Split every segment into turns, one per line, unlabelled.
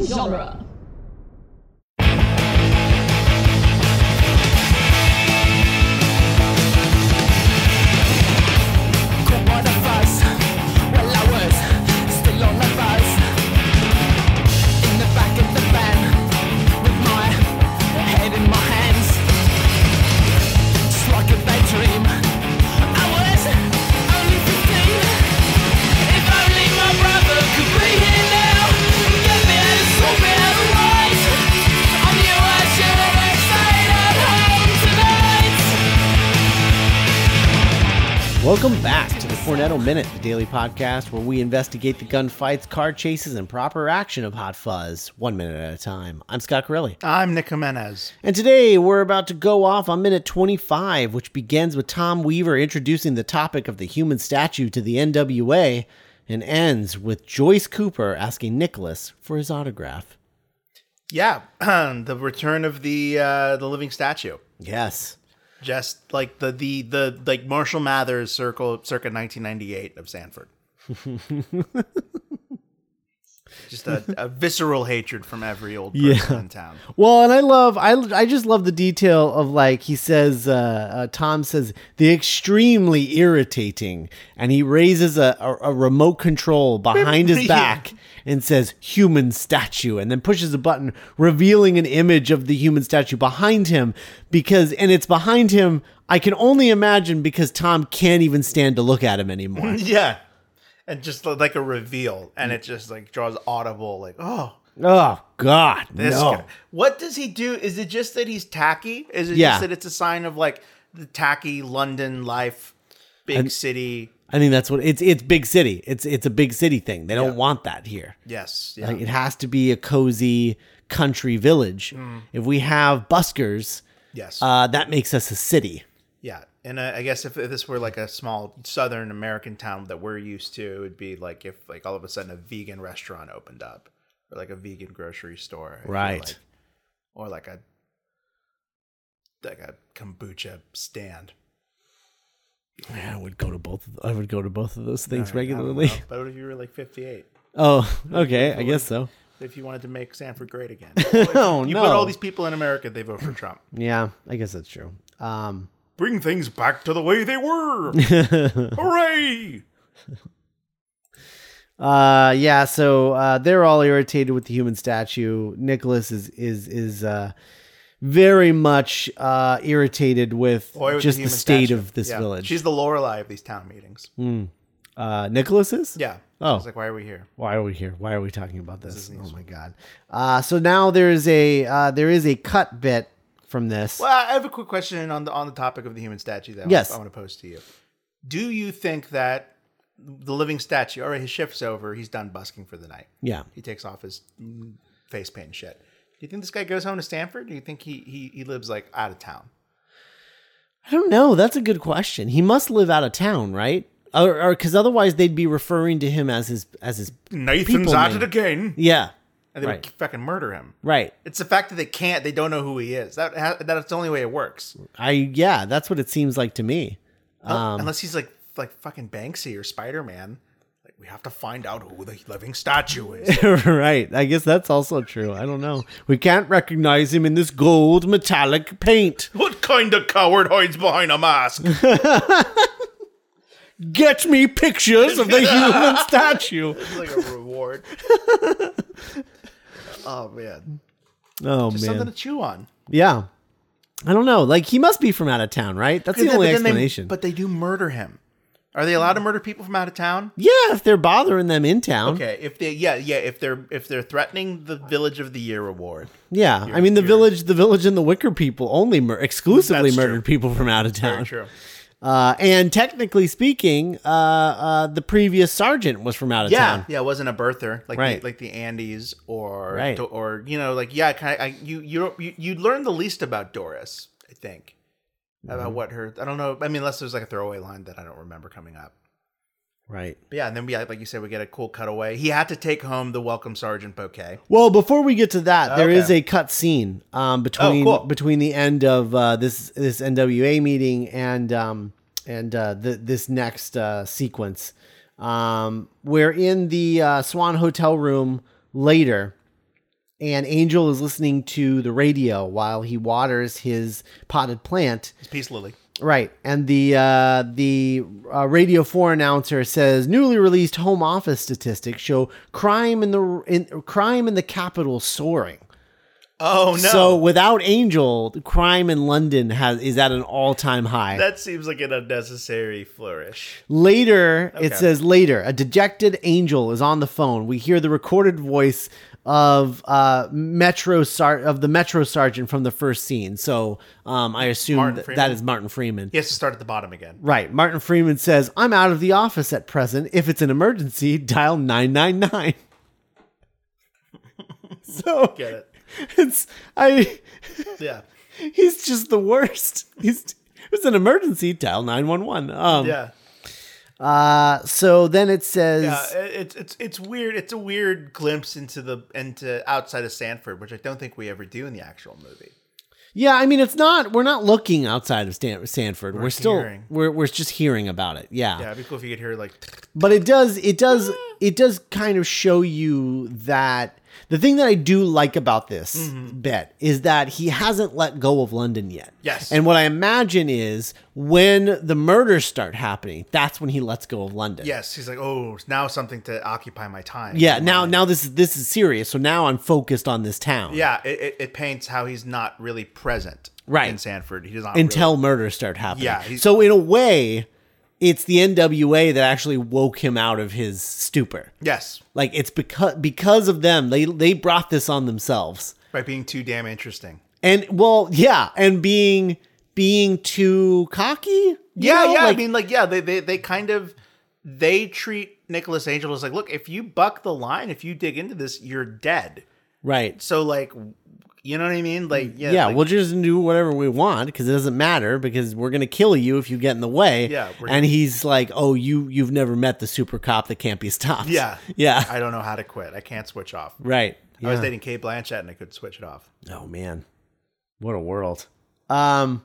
genre.
Welcome back to the Cornetto Minute, the daily podcast where we investigate the gunfights, car chases, and proper action of Hot Fuzz, one minute at a time. I'm Scott Corelli.
I'm Nick Jimenez.
And today we're about to go off on minute 25, which begins with Tom Weaver introducing the topic of the human statue to the NWA and ends with Joyce Cooper asking Nicholas for his autograph.
Yeah, the return of the uh, the living statue.
Yes.
Just like the the the like Marshall Mathers circle circa 1998 of Sanford. Just a, a visceral hatred from every old person in town.
Well, and I love I I just love the detail of like he says uh, uh, Tom says the extremely irritating, and he raises a, a, a remote control behind his
Yeah.
back and says human statue, and then pushes a button revealing an image of the human statue behind him because and it's behind him. I can only imagine because Tom can't even stand to look at him anymore.
Yeah, and just like a reveal, and it just like draws audible like oh.
oh God,
This
no.
guy. What does he do? Is it just that he's tacky? Is it
Yeah.
just that it's a sign of like the tacky London life, big city?
I think that's what it's. It's big city. It's it's a big city thing. They don't want that here.
Yes. Yeah.
Like it has to be a cozy country village. If we have buskers,
yes.
uh, that makes us a city.
yeah. And uh, I guess if, if this were like a small Southern American town that we're used to, it would be like if like all of a sudden a vegan restaurant opened up or like a vegan grocery store. I feel
Right.
like. or like a like a kombucha stand.
Yeah, I would go to both. Of, I would go to both of those things
I don't
regularly.
know. But what if you were like 58?
Oh, okay. I guess so.
If you wanted to make Sanford great again.
Oh
You
no.
put all these people in America, they vote for Trump.
yeah, I guess that's true. Um,
Bring things back to the way they were. Hooray!
Uh, yeah. So uh, they're all irritated with the human statue. Nicholas is is is uh, very much uh, irritated with
Boy, with
just the,
human
state
statue.
of this
Yeah.
village.
She's the Lorelei of these town meetings.
uh, Nicholas is.
Yeah.
Oh.
She's like, why are we here?
Why are we here? Why are we talking about this? Oh my god! Uh, so now there is a uh, there is a cut bit from this.
Well, I have a quick question on the on the topic of the human statue that I-
Yes.
I want to pose to you. Do you think that the living statue, all right, his shift's over, he's done busking for the night.
Yeah,
He takes off his mm, face paint and shit. Do you think this guy goes home to Stanford? Do you think he he, he lives like out of town?
I don't know. That's a good question. He must live out of town, right? Or because otherwise they'd be referring to him as his as his.
Nathan's
at it
again.
Yeah,
And they
Right.
would fucking murder him.
right.
It's the fact that they can't. They don't know who he is. That ha- that's the only way it works.
I yeah, that's what it seems like to me.
Oh,
Um,
Unless he's like like fucking Banksy or Spider Man. Like we have to find out who the living statue is.
right. I guess that's also true. I don't know. We can't recognize him in this gold metallic paint.
what kind of coward hides behind a mask?
Get me pictures of the human statue.
like a reward. oh man,
Oh man.
something to chew on.
Yeah. I don't know. Like he must be from out of town, right? That's the
But then-
only
but then they-
explanation.
but they do murder him. Are they allowed to murder people from out of town?
yeah, if they're bothering them in town.
Okay, if they yeah yeah if they're if they're threatening the Village of the Year award.
Yeah. I mean the village the village and the wicker people only mur- exclusively
That's true.
murdered people from out of town.
True.
Uh and technically speaking, uh uh the previous sergeant was from out of
Yeah,
town.
yeah, it wasn't a birther like
Right.
the, like the Andes or
Right.
Do- or you know like yeah, kind of, I, you you don't- you you learn the least about Doris, I think,
Mm-hmm.
about what her I don't know. I mean, unless there's like a throwaway line that I don't remember coming up.
Right.
But yeah, and then we like you said we get a cool cutaway. He had to take home the welcome sergeant bouquet.
Well, before we get to that, there
Okay.
is a cut scene um, between
cool.
between the end of uh, this this NWA meeting and um, and uh, the, this next uh, sequence. Um, we're in the uh, Swan Hotel room later, and Angel is listening to the radio while he waters his potted plant.
It's Peace Lily.
Right, and the uh, the uh, Radio Four announcer says newly released Home Office statistics show crime in the in, crime in the capital soaring.
Oh no!
So without Angel, the crime in London has is at an all time high.
that seems like an unnecessary flourish.
later, it
Okay.
says later, a dejected Angel is on the phone. We hear the recorded voice of uh Metro Sar- of the Metro Sergeant from the first scene. So um, I assume
Martin
that, that
Freeman?
is Martin Freeman.
He has to start at the bottom again.
Right. Martin Freeman says, I'm out of the office at present. If it's an emergency, dial 999. so
Get it?
it's, I,
Yeah,
he's just the worst. He's, if it's an emergency, dial 911. Um,
yeah.
uh, so then it says,
Uh, it- it's it's it's weird. It's a weird glimpse into the into outside of Sanford, which I don't think we ever do in the actual movie.
yeah, I mean, it's not, we're not looking outside of Stan- Stanford. We're, still,
hearing.
we're, we're just hearing about it. Yeah.
Yeah, it'd be cool if you could hear like
but it does it does it does kind of show you that the thing that I do like about this
Mm-hmm.
bit is that he hasn't let go of London yet.
Yes.
And what I imagine is when the murders start happening, that's when he lets go of London.
yes. He's like, oh, now something to occupy my time.
Yeah. Now now this is this is serious. So now I'm focused on this town.
yeah. It, it, it paints how he's not really present.
Right.
in Sanford, he does not really-
Until murders start happening.
Yeah, he's-
So in a way, it's the NWA that actually woke him out of his stupor.
yes,
Like it's because because of them, they they brought this on themselves.
by being too damn interesting.
and well yeah and being being too cocky you
Yeah,
know?
yeah.
like,
I mean, like, yeah, they, they they kind of they treat Nicholas Angel as like, look, if you buck the line, if you dig into this, you're dead.
right
So like, you know what I mean? Like, yeah,
yeah
like,
we'll just do whatever we want because it doesn't matter because we're gonna kill you if you get in the way
Yeah, we're-
and he's like oh you you've never met the super cop that can't be stopped
Yeah.
yeah
I don't know how to quit. I can't switch off.
right
I was
Yeah.
dating Kate Blanchett and I could switch it off.
Oh man, what a world. Um,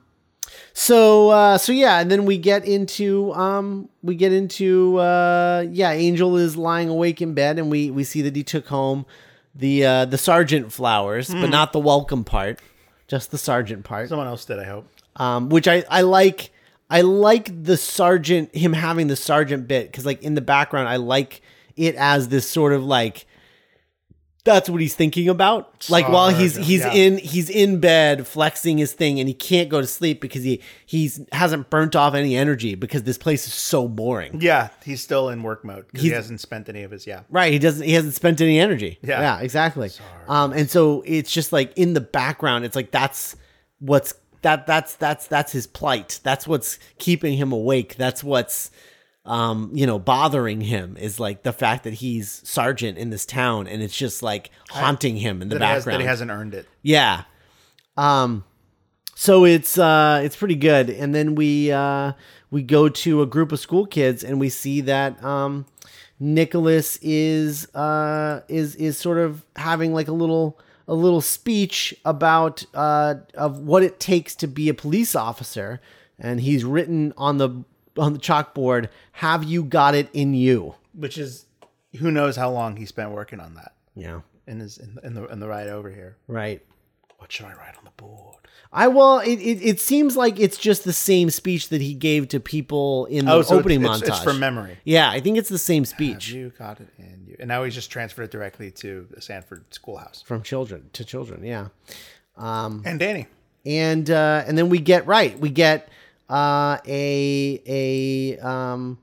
so uh, so yeah, and then we get into um, we get into uh, yeah, Angel is lying awake in bed, and we we see that he took home the uh, the sergeant flowers, but not the welcome part, just the sergeant part.
Someone else did, I hope.
Um, which I I like. I like the sergeant him having the sergeant bit because like in the background I like it as this sort of like that's what he's thinking about. Like while he's
Sergeant,
he's
yeah.
in he's in bed flexing his thing and he can't go to sleep because he he's hasn't burnt off any energy because this place is so boring.
Yeah, he's still in work mode 'cause he
He's-
hasn't spent any of his. Yeah,
Right, he doesn't. He hasn't spent any energy.
Yeah.
yeah, exactly. Um, and so it's just like in the background, it's like that's what's that that's that's that's his plight. That's what's keeping him awake. That's what's um, you know, bothering him is like the fact that he's sergeant in this town, and it's just like haunting him in the
that he, has,
background.
that he hasn't earned it.
Yeah. Um so it's uh it's pretty good. And then we uh we go to a group of school kids and we see that um Nicholas is uh is is sort of having like a little a little speech about uh of what it takes to be a police officer and he's written on the on the chalkboard have you got it in you
Which is, who knows how long he spent working on that
yeah
in his in, in the in the ride over here.
right
What should I write on the board?
I well, it, it, it seems like it's just the same speech that he gave to people in the opening
Oh, it's,
montage.
It's, it's from memory. Ah,
yeah, I think it's the same
Have
speech
You got it, and you. And now he's just transferred it directly to the Sanford schoolhouse.
from children to children. Yeah, Mm-hmm.
And Danny,
and uh, and then we get right. We get uh, a a um,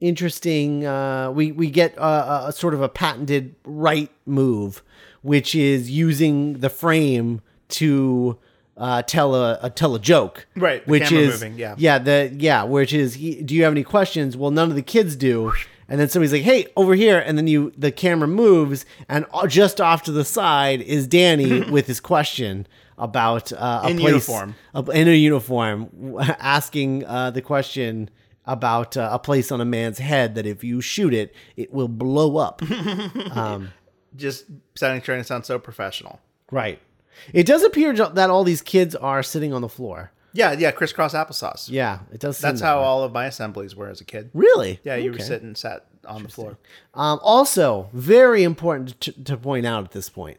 interesting. Uh, we we get uh, a, a sort of a patented right move, which is using the frame to uh, tell a, a tell a joke.
Right, the
which
camera
is
moving, yeah.
yeah the yeah which is he, do you have any questions? Well, none of the kids do. And then somebody's like, "Hey, over here!" And then you, the camera moves, and o- just off to the side is Danny with his question about uh, a
In
place,
uniform.
a, in a uniform, w- asking uh, the question about uh, a place on a man's head that if you shoot it, it will blow up.
just sounding trying to sound so professional.
right. It does appear jo- that all these kids are sitting on the floor.
Yeah, yeah, crisscross applesauce.
Yeah, it does. Seem
That's
that
how
way.
all of my assemblies were as a kid.
Really?
Yeah, you were
Okay.
sitting sat on the floor.
Um, also, very important to, to point out at this point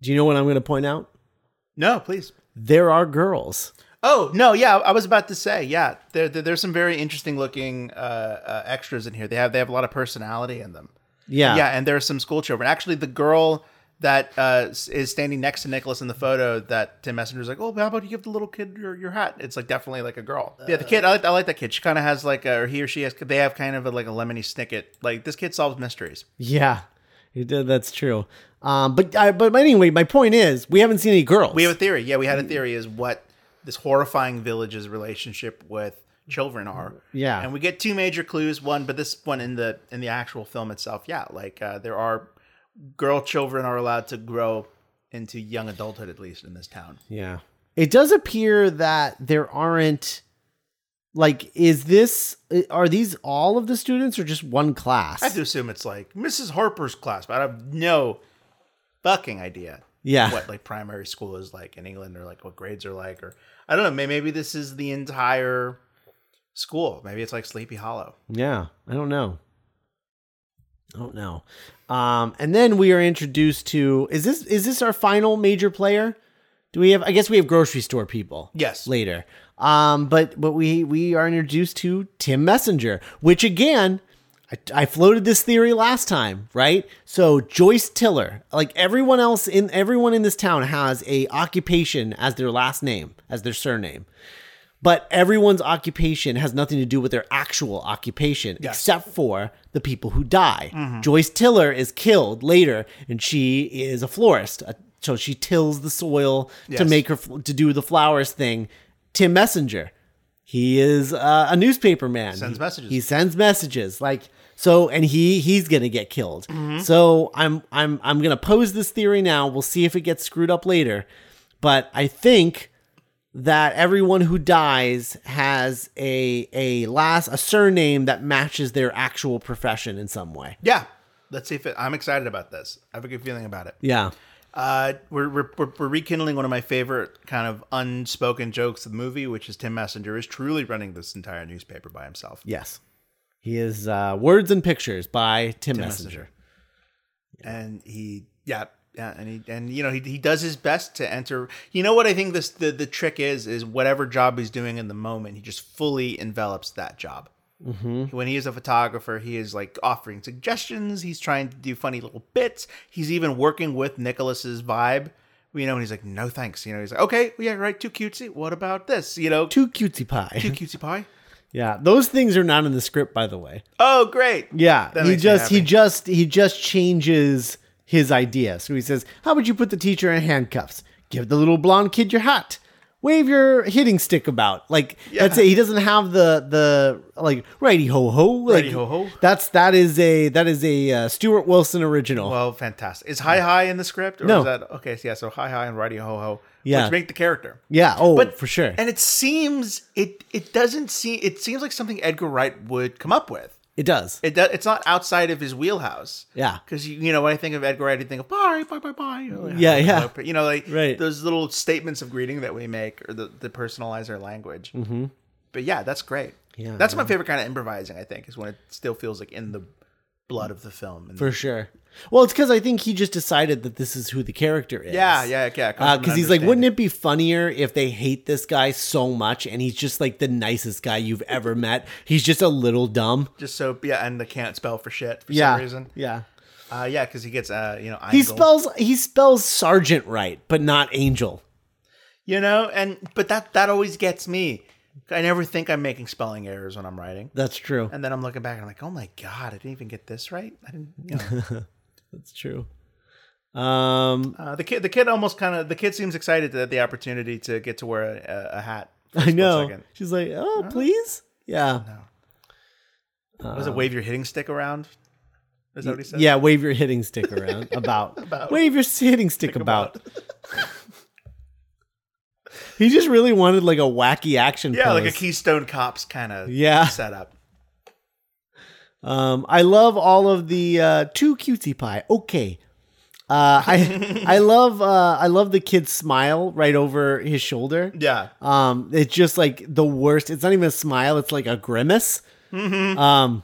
Do you know what I'm going to point out?
No, please.
There are girls.
Oh no, yeah, I was about to say, yeah, there, there- there's some very interesting looking uh, uh, extras in here. They have they have a lot of personality in them.
Yeah.
yeah, and there are some school children. Actually, the girl that uh, s- is standing next to Nicholas in the photo that Tim Messenger's like, oh, how about you give the little kid your, your hat? It's like definitely like a girl. yeah, the kid, I like I like that kid. She kind of has like, a, or he or she has, they have kind of a, like a lemony snicket. Like this kid solves mysteries.
Yeah. You did. That's true. Um, but I, but anyway, my point is, we haven't seen any girls.
We have a theory. Yeah, we
Mm.
had a theory is what this horrifying village's relationship with children are.
Mm. Yeah.
and we get two major clues. One, but this one in the in the actual film itself. Yeah, like uh, there are girl children are allowed to grow into young adulthood at least in this town.
Yeah. It does appear that there aren't like is this uh, are these all of the students or just one class?
I have to assume it's like Mrs. Harper's class, but I have no fucking idea
Yeah.
what like primary school is like in England or like what grades are like or I don't know. may- Maybe this is the entire school. Maybe it's like Sleepy Hollow.
Yeah. I don't know. I don't know. Um and then we are introduced to is this is this our final major player? Do we have I guess we have grocery store people.
Yes.
later. Um, but but we we are introduced to Tim Messenger, which again, I, I floated this theory last time, right? So Joyce Tiller, like everyone else in everyone in this town, has a occupation as their last name, as their surname. But everyone's occupation has nothing to do with their actual occupation, except for the people who die. Joyce Tiller is killed later, and she is a florist. Uh, So she tills the soil to
Yes.
make her fl- to do the flowers thing. Tim Messenger, he is uh, a newspaper man.
Sends
He-
messages.
He sends messages like so, and he he's gonna get killed.
Mm-hmm.
So I'm I'm I'm gonna pose this theory now. We'll see if it gets screwed up later, but I think that everyone who dies has a a last a surname that matches their actual profession in some way.
Yeah. Let's see if it, I'm excited about this. I have a good feeling about it.
Yeah.
Uh, we're, we're, we're, we're rekindling one of my favorite kind of unspoken jokes of the movie, which is Tim Messenger is truly running this entire newspaper by himself.
Yes. He is uh, words and pictures by Tim, Messenger.
Messenger. And he, yeah. Yeah, and he and you know he, he does his best to enter. You know what I think this the, the trick is is whatever job he's doing in the moment, he just fully envelops that job. When he is a photographer, he is like offering suggestions. He's trying to do funny little bits. He's even working with Nicholas's vibe. You know, and he's like, "No thanks." You know, he's like, "Okay, yeah, right, too cutesy. What about this?" You know, too
Two cutesy pie.
cutesy pie.
yeah, those things are not in the script, by the way.
Oh, great.
Yeah,
That
he
makes me
just he
happy.
just he just changes his idea. So he says, "How would you put the teacher in handcuffs? Give the little blonde kid your hat. Wave your hitting stick about." Like that's it. He doesn't have the the like righty ho ho. Like,
Righty ho ho.
That's that is a that is a uh, Stuart Wilson original.
Well, fantastic. Is hi hi in the script? Or
No.
Is that, okay, so yeah. So hi hi and righty ho ho,
Yeah.
which make the character.
yeah. Oh, for sure.
And it seems it it doesn't seem it seems like something Edgar Wright would come up with.
it does.
It do, it's not outside of his wheelhouse.
Yeah.
Because you, you know when I think of Edgar Wright, I think of bye bye bye bye. You know, like,
Yeah,
hello,
yeah.
hello, You know, like
Right.
those little statements of greeting that we make, or the, the personalize our language. Mm-hmm. But yeah, that's great.
Yeah,
that's my favorite kind of improvising. I think is when it still feels like in the blood of the film. And
for sure. Well, it's because I think he just decided that this is who the character is.
yeah, yeah, yeah. it comes from an
because Uh, he's like, wouldn't
understanding.
it be funnier if they hate this guy so much and he's just like the nicest guy you've ever met? He's just a little dumb.
just so yeah, and they can't spell for shit for
yeah,
some reason.
yeah.
Uh, yeah, because he gets uh, you know,
He
Eingold.
spells he spells sergeant right, but not angel.
you know, and but that that always gets me. I never think I'm making spelling errors when I'm writing,
That's true.
and then I'm looking back and I'm like, oh my god, I didn't even get this right. I didn't. You know.
That's true. Um,
uh, the kid, the kid almost kind of the kid seems excited at the opportunity to get to wear a, a, a hat. for a
I
split
know.
second.
She's like, oh, please, yeah,
Was it wave your hitting stick around? Is that what he said?
Uh. yeah. Wave your hitting stick around about. Wave your hitting stick about. he just really wanted like a wacky action.
yeah, like a
pose.
Keystone Cops kind of
Yeah.
setup.
Um, I love all of the uh, two cutesy pie. Okay, uh, I I love uh, I love the kid's smile right over his shoulder.
Yeah,
Um, it's just like the worst. It's not even a smile. It's like a grimace. Um,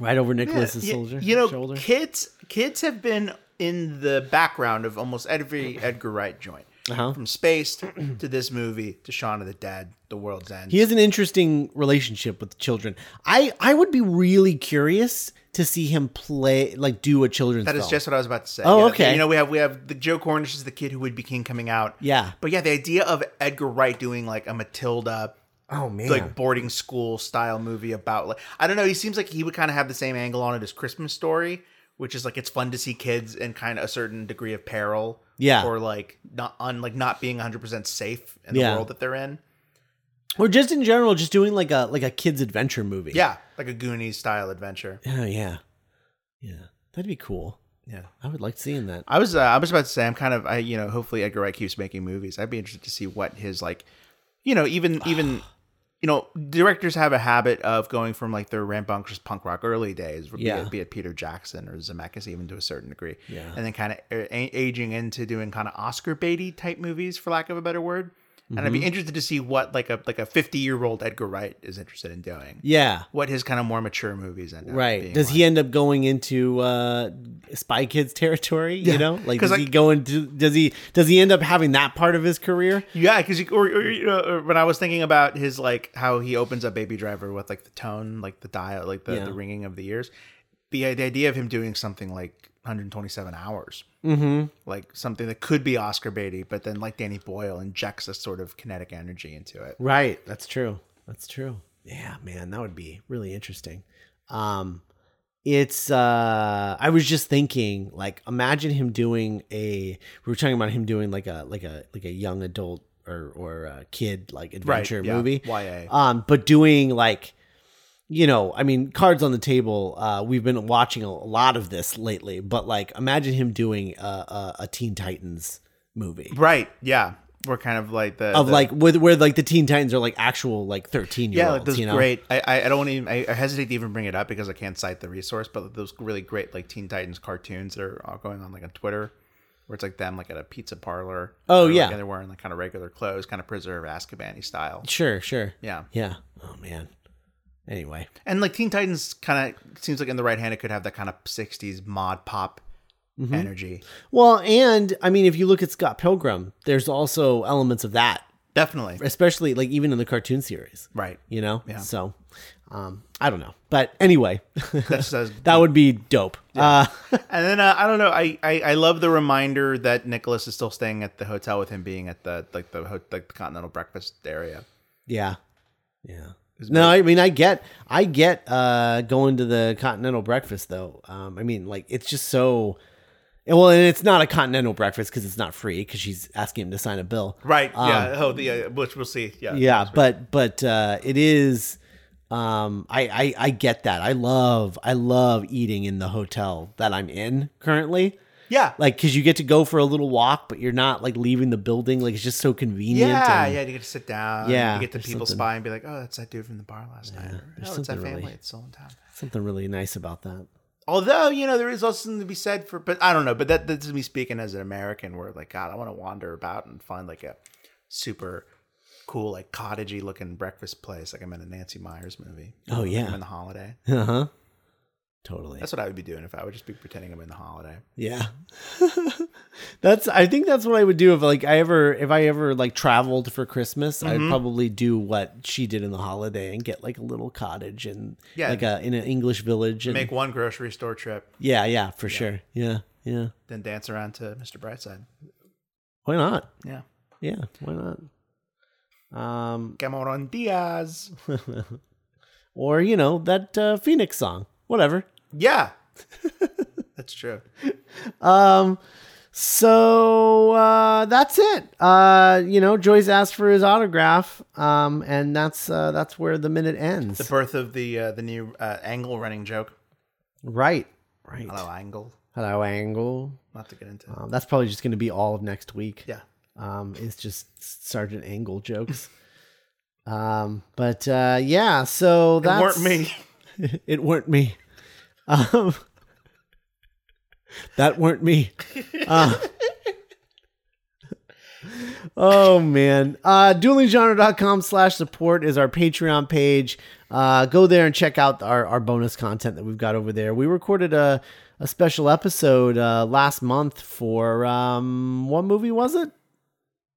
right over Nicholas's
Mm-hmm. Uh, Y-
soldier.
You know,
shoulder.
kids kids have been in the background of almost every Edgar Wright joint.
Uh-huh.
From Spaced to this movie to Shaun of the Dead, The World's End.
He has an interesting relationship with children. I I would be really curious to see him play like do a children's.
That is
film.
just what I was about to say.
Oh,
Yeah,
okay.
You know, we have we have the Joe Cornish is the kid who would be king coming out.
Yeah.
But yeah, the idea of Edgar Wright doing like a Matilda
oh man.
like boarding school style movie about like I don't know, he seems like he would kind of have the same angle on it as Christmas Story, which is like it's fun to see kids in kind of a certain degree of peril.
Yeah.
Or like not on like not being 100% safe in
Yeah.
the world that they're in.
or just in general, just doing like a like a kids adventure movie.
Yeah, like a Goonies style adventure.
Oh yeah. Yeah. That'd be cool.
Yeah.
I would like seeing that.
I was uh, I was about to say I'm kind of I you know hopefully Edgar Wright keeps making movies. I'd be interested to see what his like you know even even you know directors have a habit of going from like their rambunctious punk rock early days,
Yeah.
be, it, be it Peter Jackson or Zemeckis even to a certain degree,
Yeah.
and then kind of a- aging into doing kind of Oscar baity type movies for lack of a better word. And
Mm-hmm.
I'd be interested to see what like a like a 50 year old Edgar Wright is interested in doing.
Yeah.
What his kind of more mature movies end up
Right.
being
Does
like.
he end up going into uh Spy Kids territory, you know? Like does
'Cause, like-
he go into does he does he end up having that part of his career?
Yeah, because or, or, you know, or when I was thinking about his like how he opens up Baby Driver with like the tone, like the dial, like the,
Yeah.
the ringing of the ears, the, the idea of him doing something like 127 hours,
Mm-hmm.
like something that could be Oscar baity, but then like Danny Boyle injects a sort of kinetic energy into it.
Right. That's true. That's true. Yeah, man, that would be really interesting. Um it's uh I was just thinking like imagine him doing a we were talking about him doing like a like a like a young adult or or a kid like adventure
yeah,
movie.
YA.
Um but doing like you know, I mean, cards on the table. Uh, we've been watching a lot of this lately, but like, imagine him doing a, a, a Teen Titans movie
Right? Yeah, we're kind of like the
of
the-
like with where like the Teen Titans are like actual like thirteen year
Yeah,
olds.
like those
you know?
great. I- I, I don't want to. Even, I I hesitate to even bring it up because I can't cite the resource, but those really great like Teen Titans cartoons that are all going on like on Twitter, where it's like them like at a pizza parlor.
Oh,
or, like,
yeah.
and they're wearing like kind of regular clothes, kind of Prisoner of Azkaban style.
Sure, sure.
Yeah,
Yeah. Oh man. Anyway.
and like Teen Titans kind of seems like in the right hand it could have that kind of '60s mod pop
Mm-hmm.
energy.
Well, and I mean, if you look at Scott Pilgrim, there's also elements of that,
Definitely
especially like even in the cartoon series.
right.
You know.
Yeah.
So, um, I don't know, but anyway,
That's, that's
that would be dope. Uh,
And then uh, I don't know. I, I I love the reminder that Nicholas is still staying at the hotel with him being at the like the ho- like the continental breakfast area.
yeah. Yeah. No, I mean I get I get uh going to the continental breakfast though. Um I mean like it's just so and, well and it's not a continental breakfast cuz it's not free cuz she's asking him to sign a bill.
Right. yeah. Oh, the, yeah. Which we'll see. Yeah.
Um, Yeah, but but uh it is um I, I I get that. I love I love eating in the hotel that I'm in currently.
Yeah.
Like cuz you get to go for a little walk but you're not like leaving the building like it's just so convenient.
yeah.
and-
Yeah. You get to sit down.
Yeah,
You get the
there's
people
something-
spy and be like, oh, that's that dude from the bar last night. Or,
there's
oh, it's that
something
family.
really-
It's still in town.
Something really nice about that.
Although, you know, there is also something to be said for, but I don't know. But that, that's me speaking as an American where, like, God, I want to wander about and find like a super cool, like, cottagey looking breakfast place. Like I'm in a Nancy Myers movie.
Oh, yeah.
I'm in the holiday.
Uh-huh. Totally.
That's what I would be doing if I would just be pretending I'm in the holiday.
Yeah. that's I think that's what I would do if like I ever if I ever like traveled for Christmas,
Mm-hmm.
I'd probably do what she did in the holiday and get like a little cottage and
Yeah.
like a in an English village and
Make one grocery store trip,
Yeah, yeah, for sure. Yeah. Yeah.
then dance around to Mr. Brightside.
Why not?
Yeah.
Yeah, why not? Um
Cameron Diaz.
or you know, that uh, Phoenix song. Whatever.
Yeah. That's true.
Um, so uh, that's it. Uh, you know, Joyce asked for his autograph, um, and that's uh, that's where the minute ends.
The birth of the uh, the new uh, angle running joke.
right, right.
Hello, angle.
Hello, Angle.
Not to get into.
Um, that's probably just going to be all of next week.
Yeah.
Um, it's just Sergeant Angle jokes. um, but uh, yeah, so
It
that's
weren't me.
it weren't me. Um, that weren't me. Uh, oh man. Uh, duelinggenre.com slash support is our Patreon page. Uh, go there and check out our, our bonus content that we've got over there. We recorded a, a special episode uh, last month for um, what movie was it?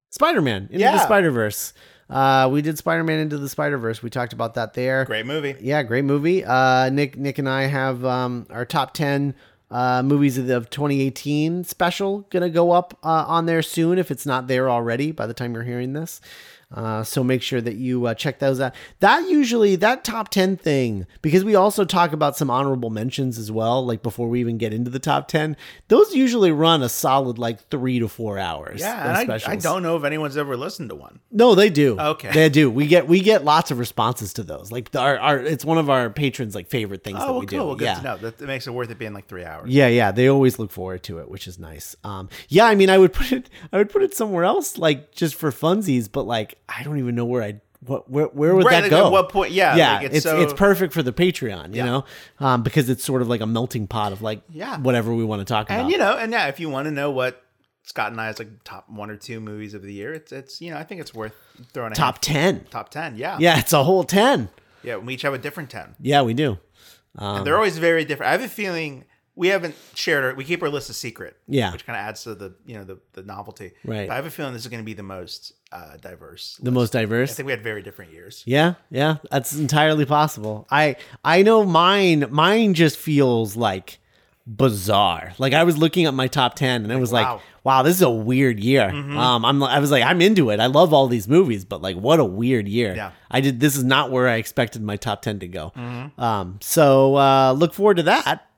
Spider Man into the
Yeah.
Spider Verse. Uh, we did Spider Man into the Spider Verse. We talked about that there.
Great movie.
Yeah, great movie. Uh, Nick, Nick, and I have um, our top ten uh, movies of, the, of 2018 special gonna go up uh, on there soon if it's not there already by the time you're hearing this. Uh, so make sure that you uh, check those out. That usually that top ten thing because we also talk about some honorable mentions as well. Like before we even get into the top ten, those usually run a solid like three to four hours.
Yeah,
those
and I, I
specials.
don't know if anyone's ever listened to one.
No, they do.
Okay.
they do. We get we get lots of responses to those. Like the- our, our it's one of our patrons' like favorite things that
Oh, well,
we
cool.
do.
Well, good
yeah.
to know. That, that makes it worth it being like three hours.
Yeah, yeah, they always look forward to it, which is nice. Um, yeah, I mean, I would put it, I would put it somewhere else, like just for funsies. But like, I don't even know where I, what, where, where would
Right,
that
like,
go?
at what point- yeah,
yeah,
like,
it's
it's
it's,
so-
perfect for the Patreon, you
Yeah.
know, um, because it's sort of like a melting pot of like,
Yeah.
whatever we want to talk
And
about.
you know, and yeah, if you want to know what Scott and I's like top one or two movies of the year, it's it's you know, I think it's worth throwing a
Top
hand-
ten,
top ten. Yeah.
yeah, it's a whole ten.
Yeah. We each have a different ten.
Yeah, we do.
and they're always very different. I have a feeling we haven't shared our we keep our list a secret.
Yeah.
Which kind of adds to the you know the, the novelty.
Right.
But I have a feeling this is gonna be the most uh diverse.
The most diverse.
I think we had very different years.
Yeah, yeah, that's entirely possible. I I know mine mine just feels like bizarre. Like I was looking at my top 10 and I was like, wow,
wow.
this is a weird year. Um I'm I was like I'm into it. I love all these movies, but like what a weird year.
Yeah.
I did this is not where I expected my top 10 to go. Um so uh look forward to that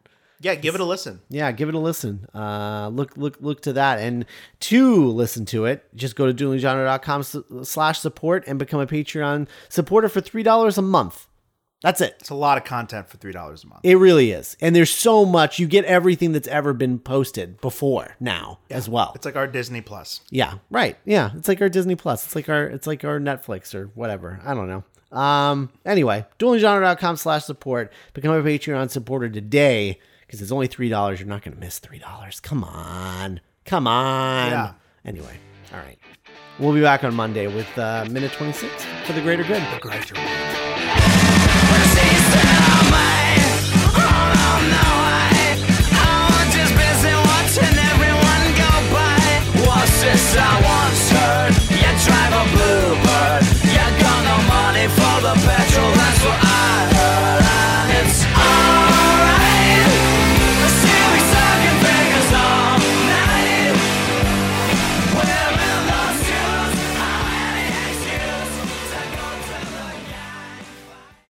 Yeah, give it a listen.
yeah, give it a listen. Uh, look, look, look to that. And to listen to it, just go to duelinggenre.com s- slash support and become a Patreon supporter for $3 a month. That's it.
It's a lot of content for three dollars a month.
It really is. And there's so much. You get everything that's ever been posted before now as well.
It's like our Disney Plus.
Yeah, right. Yeah, it's like our Disney Plus. It's like our it's like our Netflix or whatever. I don't know. Um. Anyway, duelinggenre.com slash support. Become a Patreon supporter today because it's only three dollars. You're not gonna miss three dollars. Come on, come on.
Yeah.
Anyway, all right. We'll be back on Monday with uh, minute twenty six for the greater good.
Great.